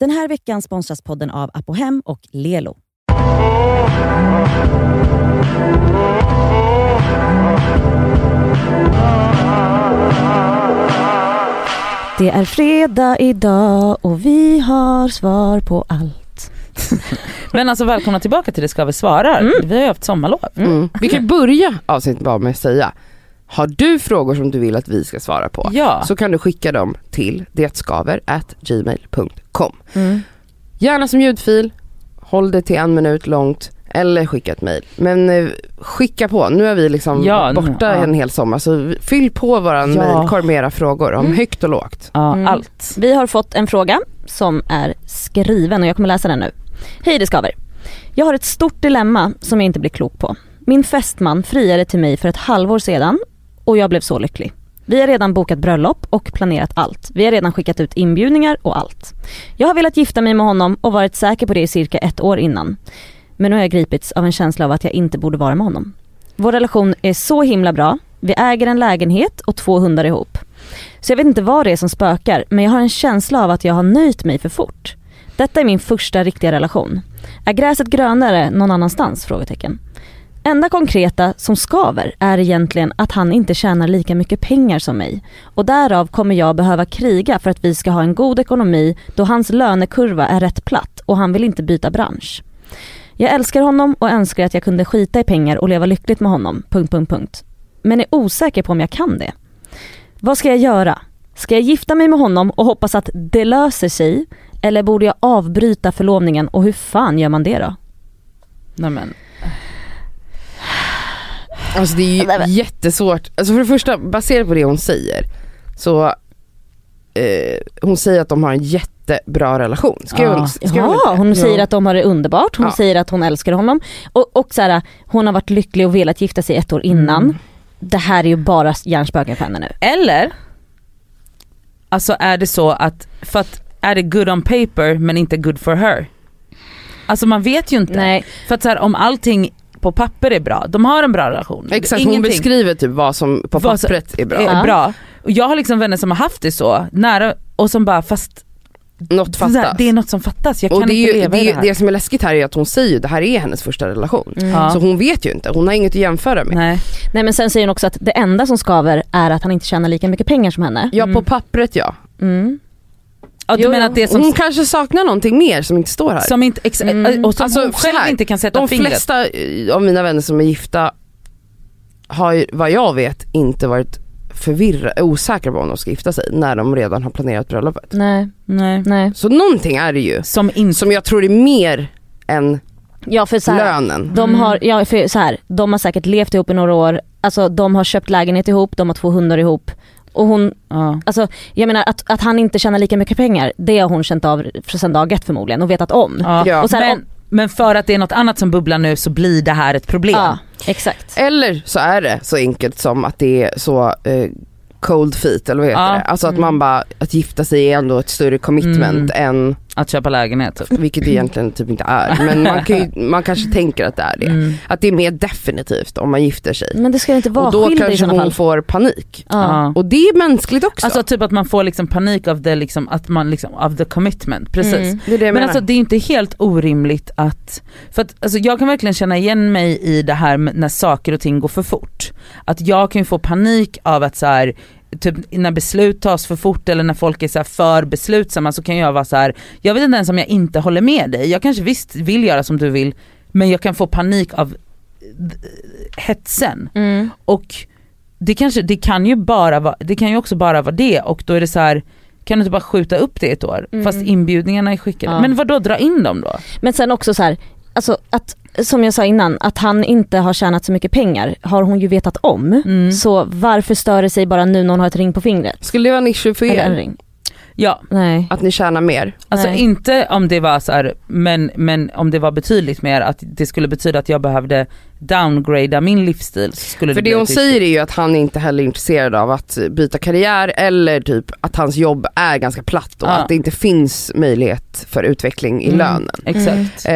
Den här veckan sponsras podden av Apohem och Lelo. Det är fredag idag och vi har svar på allt. Men alltså välkomna tillbaka till Det ska vi svarar. Vi har ju haft sommarlov. Mm. Vi kan ju börja avsnittet bara med att säga, har du frågor som du vill att vi ska svara på Ja. så kan du skicka dem till detskaver.gmail.com. Mm. Gärna som ljudfil, håll det till en minut långt eller skicka ett mejl. Men eh, skicka på, nu är vi liksom Ja, varit nu- borta ja. en hel sommar så fyll på våran Ja. mejlkorg med era frågor om högt och lågt. Ja, Mm. allt. Vi har fått en fråga som är skriven och jag kommer läsa den nu. Hej det skaver. Jag har ett stort dilemma som jag inte blir klok på. Min fästman friade till mig för ett halvår sedan och jag blev så lycklig. Vi har redan bokat bröllop och planerat allt. Vi har redan skickat ut inbjudningar och allt. Jag har velat gifta mig med honom och varit säker på det i cirka ett år innan. Men nu har jag gripits av en känsla av att jag inte borde vara med honom. Vår relation är så himla bra. Vi äger en lägenhet och två hundar ihop. Så jag vet inte vad det är som spökar men jag har en känsla av att jag har nöjt mig för fort. Detta är min första riktiga relation. Är gräset grönare någon annanstans? Frågetecken. Enda konkreta som skaver är egentligen att han inte tjänar lika mycket pengar som mig och därav kommer jag behöva kriga för att vi ska ha en god ekonomi då hans lönekurva är rätt platt och han vill inte byta bransch. Jag älskar honom och önskar att jag kunde skita i pengar och leva lyckligt med honom. Punkt, punkt, punkt. Men är osäker på om jag kan det. Vad ska jag göra? Ska jag gifta mig med honom och hoppas att det löser sig? Eller borde jag avbryta förlovningen och hur fan gör man det då? Nej, men. Alltså det Nej, är men- ju jättesvårt. Alltså för det första, baserat på det hon säger så eh, hon säger att de har en jättebra relation. Ska Ja. hon, ska Ja, inte? hon säger Jo. att de har det underbart, hon Ja. säger att hon älskar honom och, och så här, hon har varit lycklig och velat gifta sig ett år innan. Det här är ju bara hjärnspöken för henne nu. Eller, alltså är det så att, för att är det good on paper men inte good for her? Alltså man vet ju inte. Nej, För att så här, om allting på papper är bra, de har en bra relation. Exakt, hon Ingenting beskriver typ vad som på Vad som- pappret är bra. Ja. är bra. Och jag har liksom vänner som har haft det så nära och som bara fast Något så här, fattas. det är något som fattas, jag och kan det, inte är ju, leva det, är i ju, det här. Mm. det som är läskigt här är att hon säger ju det här är hennes första relation. Ja. Så hon vet ju inte, hon har inget att jämföra med. Nej. Nej men sen säger hon också att det enda som skaver är att han inte tjänar lika mycket pengar som henne. Ja på pappret ja. Mm. Ja, du Jo, menar jo. att det är som Hon kanske saknar någonting mer som inte står här. Som inte, ex- eh, Mm. Och som Alltså, hon så själv här, inte kan sätta De fingret flesta eh, av mina vänner som är gifta har ju vad jag vet inte varit förvirra, osäkra på om de ska gifta sig när de redan har planerat bröllopet. Nej, Nej. nej. Så någonting är det ju Som inte... som jag tror är mer än Ja för så här, lönen. De har, ja, för så här, de har säkert levt ihop i några år, alltså de har köpt lägenhet ihop, de har två hundar ihop. Och hon, Ja. alltså, jag menar att, att han inte tjänar lika mycket pengar, det har hon känt av sedan dag ett förmodligen och vetat om. Ja, Ja. Ja. Och så här, men, men för att det är något annat som bubblar nu så blir det här ett problem. exakt. Eller så är det så enkelt som att det är så eh, cold feet eller vad heter Ja. det? Alltså att Mm. man bara, att gifta sig är ändå ett större commitment än, Att köpa lägenhet. typ. vilket det egentligen typ inte är. Men man, kan ju, man kanske tänker att det är Mm. det. Mm. Att det är mer definitivt om man gifter sig. Men det ska ju inte vara och då skilda i kanske sådana hon fall. får panik. Ja. Ja. Och det är mänskligt också. Alltså typ att man får liksom panik av det liksom, att man liksom, av the commitment. Precis. Mm. det är det jag Men menar. alltså det är inte helt orimligt att, för att alltså, jag kan verkligen känna igen mig i det här med när saker och ting går för fort. Att jag kan ju få panik av att så här, typ när beslut tas för fort eller när folk är så här för beslutsamma så kan jag vara så här. jag vet inte ens om jag inte håller med dig, jag kanske visst vill göra som du vill men jag kan få panik av eh, hetsen. Mm. Och det, kanske, det, kan ju bara vara, det kan ju också bara vara det och då är det så här kan du inte bara skjuta upp det ett år? Mm. Fast inbjudningarna är skickade. Ja. Men vad då dra in dem då? Men sen också så här, alltså att, som jag sa innan, att han inte har tjänat så mycket pengar har hon ju vetat om. Mm. Så varför stör det sig bara nu när hon har ett ring på fingret? Skulle det vara en issue för Eller en er? ring? Ja, Nej. Att ni tjänar mer? alltså Nej. inte om det var så här, men, men om det var betydligt mer att det skulle betyda att jag behövde downgrada min livsstil så skulle För det typ. bli det hon ett livsstil. säger är ju att han inte heller är intresserad av att byta karriär eller typ att hans jobb är ganska platt och Ja. att det inte finns möjlighet för utveckling i Mm. lönen. Exakt. Eh,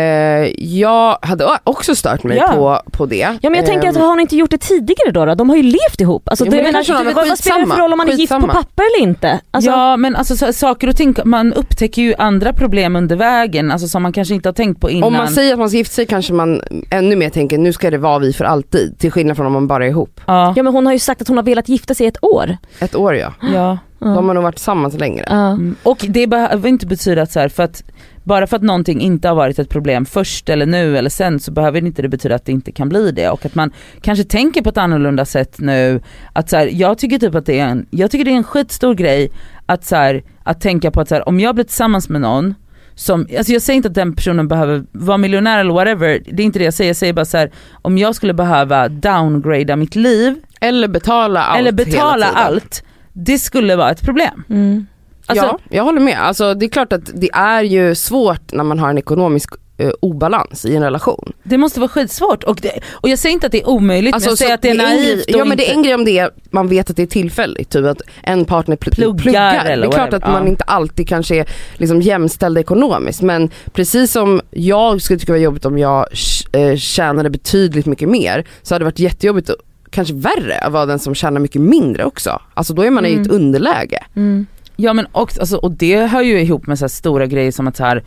jag hade å- också stört mig Ja. på, på det. Ja men jag tänker att Ehm, har hon inte gjort det tidigare då? då? De har ju levt ihop. Alltså, Ja, det, men det menar, kanske hon har, men vad- vad spelar det för skitsamma, roll om man är gift på skitsamma. papper eller inte? Alltså, ja men alltså så, saker och ting, man upptäcker ju andra problem under vägen alltså som man kanske inte har tänkt på innan. Om man säger att man ska gifta sig kanske man ännu mer tänker nu ska det vara vi för alltid. Till skillnad från om man bara är ihop. ja, ja men hon har ju sagt att hon har velat gifta sig i ett år. Ett år ja. ja. Då har man nog varit tillsammans längre. Ja. Mm. Och det behöver inte betyda att så här, för att bara för att någonting inte har varit ett problem först eller nu eller sen så behöver det inte det betyda att det inte kan bli det och att man kanske tänker på ett annorlunda sätt nu. Att så här, jag tycker typ att det är en, jag tycker det är en skitstor grej att så här, att tänka på att så här, om jag blir tillsammans med någon som, alltså jag säger inte att den personen behöver vara miljonär eller whatever, det är inte det jag säger, jag säger bara så här, om jag skulle behöva downgrada mitt liv Eller betala allt eller betala hela tiden. allt, det skulle vara ett problem. Mm. Alltså- ja, jag håller med. Alltså, det är klart att det är ju svårt när man har en ekonomisk eh, obalans i en relation. Det måste vara skitsvårt och, det, och jag säger inte att det är omöjligt men jag Alltså, så säger att det är en grej- naivt Ja och men det är en inte, grej om det är, man vet att det är tillfälligt, typ att en partner pl- Pluggar pluggar. eller det är klart whatever, att man ja. inte alltid kanske är liksom jämställda ekonomiskt men precis som jag skulle tycka det var jobbigt om jag eh, tjänade betydligt mycket mer så hade det varit jättejobbigt och kanske värre att vara den som tjänar mycket mindre också. Alltså då är man i ett Mm. underläge. Mm. ja, men och, alltså, och det hör ju ihop med så här stora grejer som att så här,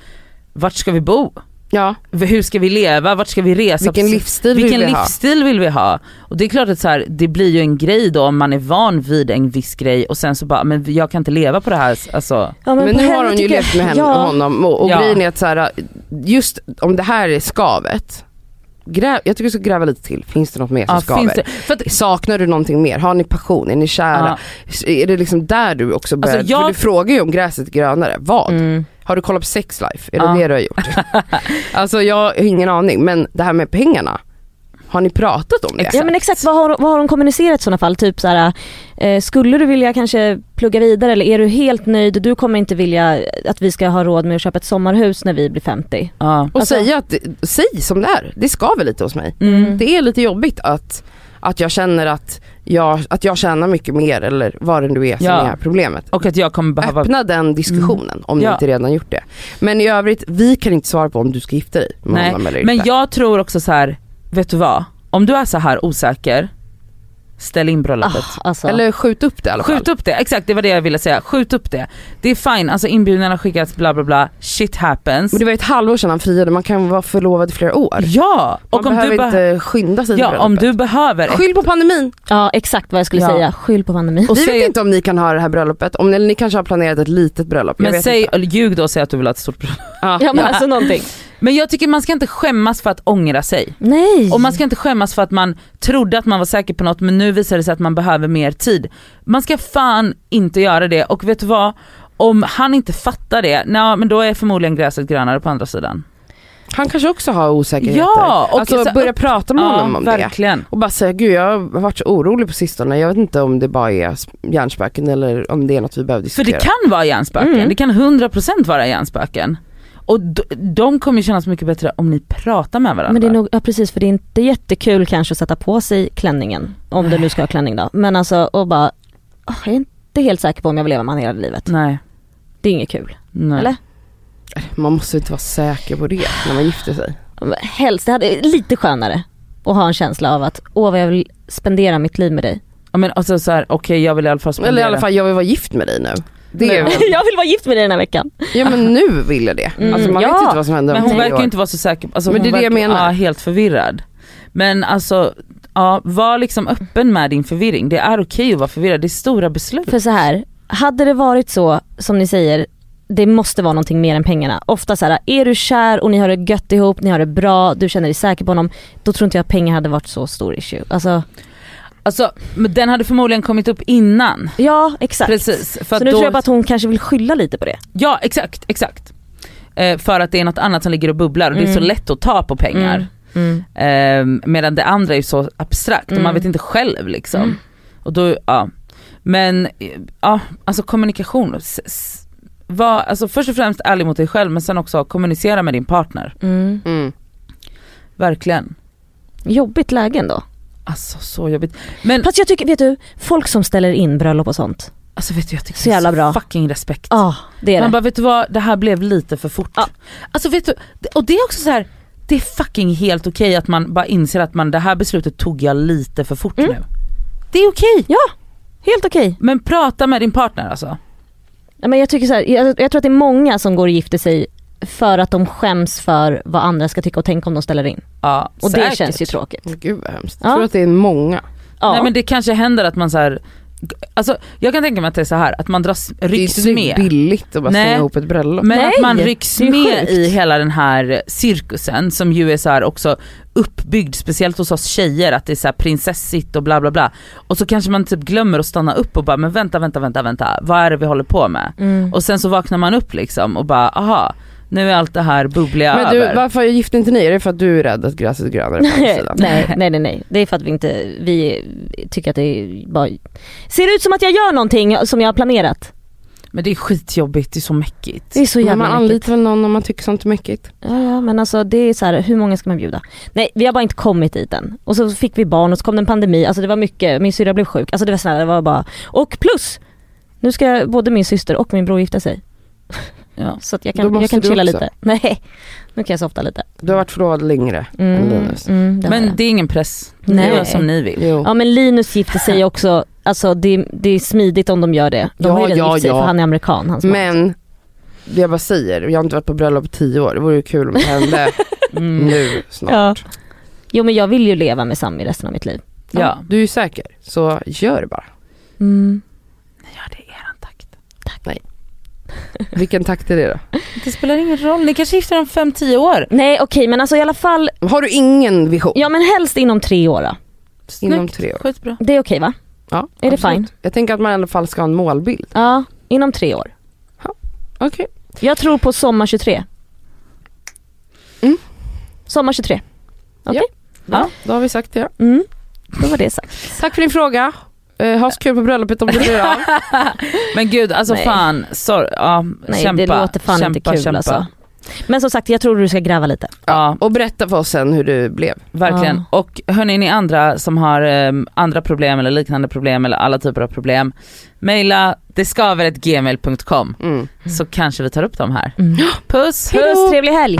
vart ska vi bo? Ja, Hur ska vi leva? Vart ska vi resa? vilken livsstil Vilken vill vi ha? livsstil vill vi ha? Och det är klart att så här, det blir ju en grej då om man är van vid en viss grej och sen så bara, men jag kan inte leva på det här. Alltså, Ja, Men, på nu har henne hon ju tycker jag- levt med henne ja. och honom och, och Ja. grejen är att så här, just om det här är skavet, gräv, jag tycker du ska gräva lite till. Finns det något mer som ja, skaver? finns det, för att, Saknar du någonting mer? Har ni passion? Är ni kära? Är det liksom där du också börjar? Alltså, jag- För du frågar ju om gräset är grönare. Vad? Mm. Har du kollat på sexlife? Är det Ja. det du har gjort? alltså jag har ingen aning men det här med pengarna, har ni pratat om det? Ja men exakt, vad har, vad har hon kommunicerat i sådana fall? Typ så här, eh, skulle du vilja kanske plugga vidare eller är du helt nöjd? Du kommer inte vilja att vi ska ha råd med att köpa ett sommarhus när vi blir 50. ja. Och Alltså- säga att, det- säg som det är, det skaver lite hos mig. Mm. Det är lite jobbigt att, att jag känner att jag, att jag tjänar mycket mer eller vad det nu är som Ja. är problemet. Och att jag kommer behöva, Öppna den diskussionen om ni Ja. inte redan gjort det. Men i övrigt, vi kan inte svara på om du ska gifta dig med Nej, honom eller men inte. jag tror också så här, vet du vad? Om du är så här osäker, ställ in Ah, bröllopet. alltså. Eller skjut upp det i alla fall. Skjut upp det, exakt det var det jag ville säga. Skjut upp det. Det är fine, alltså inbjudan har skickats bla bla bla, shit happens. Men det var ju ett halvår sedan han friade, man kan vara förlovad i flera år. Ja, Man och om behöver du, beh- inte skynda sig till ja, om bröllopet. du behöver. Skyll på pandemin. ja exakt vad jag skulle Ja. säga, skyll på pandemin. Och vi säg- vet inte om ni kan ha det här bröllopet, om, eller ni kanske har planerat ett litet bröllop. jag Men vet säg, inte. ljug då och säg att du vill ha ett stort bröllop. Ja. Ja men alltså någonting. Men jag tycker man ska inte skämmas för att ångra Mm. sig. Nej. Och man ska inte skämmas för att man trodde att man var säker på något men nu visar det sig att man behöver mer tid. Man ska fan inte göra det och vet du vad? Om han inte fattar det, nej, men då är förmodligen gräset grönare på andra sidan. Han kanske också har osäkerheter. Ja, och alltså så- börja prata med honom om det. verkligen. Och bara säga, gud jag har varit så orolig på sistone, jag vet inte om det bara är hjärnspöken eller om det är något vi behöver För diskutera. det kan vara hjärnspöken, Mm. det kan 100% vara hjärnspöken. Och d- de kommer ju kännas mycket bättre om ni pratar med varandra. Men det är nog, ja precis för det är inte jättekul kanske att sätta på sig klänningen. Om du nu ska ha klänning då. Men alltså och bara, "Ah, jag är inte helt säker på om jag vill leva med honom hela livet. Nej. Det är inget kul. Nej. Eller? Man måste inte vara säker på det när man gifter sig. Helst, det hade lite skönare att ha en känsla av att åh vad jag vill spendera mitt liv med dig. Ja, men alltså så här, okej jag vill i alla fall spendera. Eller i alla fall, jag vill vara gift med dig nu. Det är, Nej. jag vill vara gift med dig den här veckan. ja men nu vill jag det. Mm. Alltså man Ja, vet inte vad som händer om Men hon tio verkar år. ju inte vara så säker. Alltså, Men hon det är det jag verkar- menar. Ja, helt förvirrad. Men alltså, ja, var liksom öppen med din förvirring. Det är okej att vara förvirrad, det är stora beslut. För så här, hade det varit så som ni säger, det måste vara någonting mer än pengarna. Ofta så här, är du kär och ni har det gött ihop, ni har det bra, du känner dig säker på honom. Då tror inte jag att pengar hade varit så stor issue. Alltså, Alltså, men den hade förmodligen kommit upp innan. ja exakt. Precis. För Så att nu då, tror jag bara att hon kanske vill skylla lite på det. Ja exakt, exakt. Eh, för att det är något annat som ligger och bubblar och det är Mm. så lätt att ta på pengar. Mm. Ehm, medan det andra är ju så abstrakt och man Mm. vet inte själv liksom. Mm. Och då, ja. Men eh, ja, alltså kommunikation. S- s- Var, alltså först och främst ärlig mot dig själv men sen också kommunicera med din partner. Mm. Mm. Verkligen. Jobbigt läge ändå. Alltså så jobbigt. Men Fast jag tycker, vet du, folk som ställer in bröllop och sånt. alltså vet du jag tycker Så jävla det är bra. fucking respekt. Ja, det är Man det. bara vet du vad, det här blev lite för fort. Ja. Alltså vet du, och det är också så här. det är fucking helt okej att man bara inser att man, det här beslutet tog jag lite för fort Mm. nu. Det är okej. Helt okej. Men prata med din partner alltså. Ja, Men jag, tycker så här, jag, jag tror att det är många som går och gifter sig för att de skäms för vad andra ska tycka och tänka om de ställer in. Ja, Och det säkert. känns ju tråkigt. Gud vad hemskt. Ja. Jag tror att det är många. Ja. Nej men det kanske händer att man så här. Alltså jag kan tänka mig att det är så här att man dras, Det är ju rycks inte så med. billigt att bara Nej. slänga ihop ett bröllop. Men Nej, att man rycks det är med sjukt. i hela den här cirkusen som ju är så här också uppbyggd, speciellt hos oss tjejer, att det är så här prinsessigt och bla bla bla. Och så kanske man typ glömmer att stanna upp och bara men vänta, vänta, vänta, vänta, vad är det vi håller på med? Mm. Och sen så vaknar man upp liksom och bara aha, nu är allt det här bubbliga Men du, över. varför gifte inte ni er? Är det för att du är rädd att gräset är grönare på andra nej, sidan? nej, nej, nej. Det är för att vi inte, vi tycker att det är bara... Ser det ut som att jag gör någonting som jag har planerat? Men det är skitjobbigt, det är så mäckigt. Det är så Men man jävla mäckigt. anlitar väl någon om man tycker sånt är mäckigt? Ja, ja, men alltså det är så här, hur många ska man bjuda? Nej, vi har bara inte kommit dit än. Och så fick vi barn och så kom det en pandemi, alltså det var mycket, min syrra blev sjuk. Alltså det var snälla, det var bara... Och plus! Nu ska både min syster och min bror gifta sig. Ja. Så att jag Då kan, jag måste kan du chilla också. lite. Nej, nu kan jag softa lite. Du har varit förlovad längre än Mm, Linus. mm, det har Men jag. det är ingen press, Nej. ni gör som ni vill. Jo. Ja men Linus gifte sig också, alltså det, det är smidigt om de gör det. De Ja, har ju redan ja, gift sig ja. för han är amerikan, hans man. Men det jag bara säger, jag har inte varit på bröllop i tio år, det vore ju kul om det hände Mm. nu snart. Ja. Jo men jag vill ju leva med Sami resten av mitt liv. Ja. Du är ju säker, så gör det bara. Mm. Ni gör det i eran takt. Vilken takt är det Det spelar ingen roll, ni kanske gifter er om 5-10 år. Nej okej men alltså i alla fall, då? Har du ingen vision ja men helst inom tre år då. inom Snyggt. tre år? Skitbra. Det är okej va? Ja, Är det absolut. fine? Jag tänker att man i alla fall ska ha en målbild. Ja, inom tre år. Okej. Jag tror på sommar 23. Mm. Sommar 23. Ja, då har vi sagt det. Mm. Då var det sagt. Tack för din fråga. Eh, ha så kul på bröllopet om du blir av. Men gud alltså Nej. fan, sorry. Ja, Nej kämpa, det låter fan kämpa, inte kul kämpa. alltså. Men som sagt jag tror du ska gräva lite. Ja Och berätta för oss sen hur du blev. verkligen. Och hörni ni andra som har ehm, andra problem eller liknande problem eller alla typer av problem. Mejla detskaver.gmail.com Mm. så kanske vi tar upp dem här. Mm. Puss! Puss, trevlig helg!